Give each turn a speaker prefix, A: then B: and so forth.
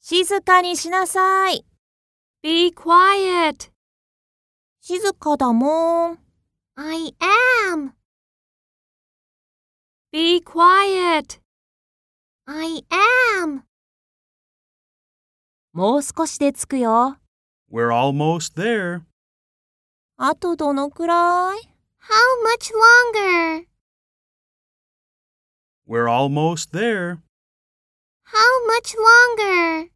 A: 静かにしなさい。
B: Be quiet.
A: 静かだもん。
B: I am. Be quiet. I am.
A: もう少しで着くよ。
C: We're almost there.
A: あとどのくらい
B: How much longer?
C: We're almost there.
B: How much longer?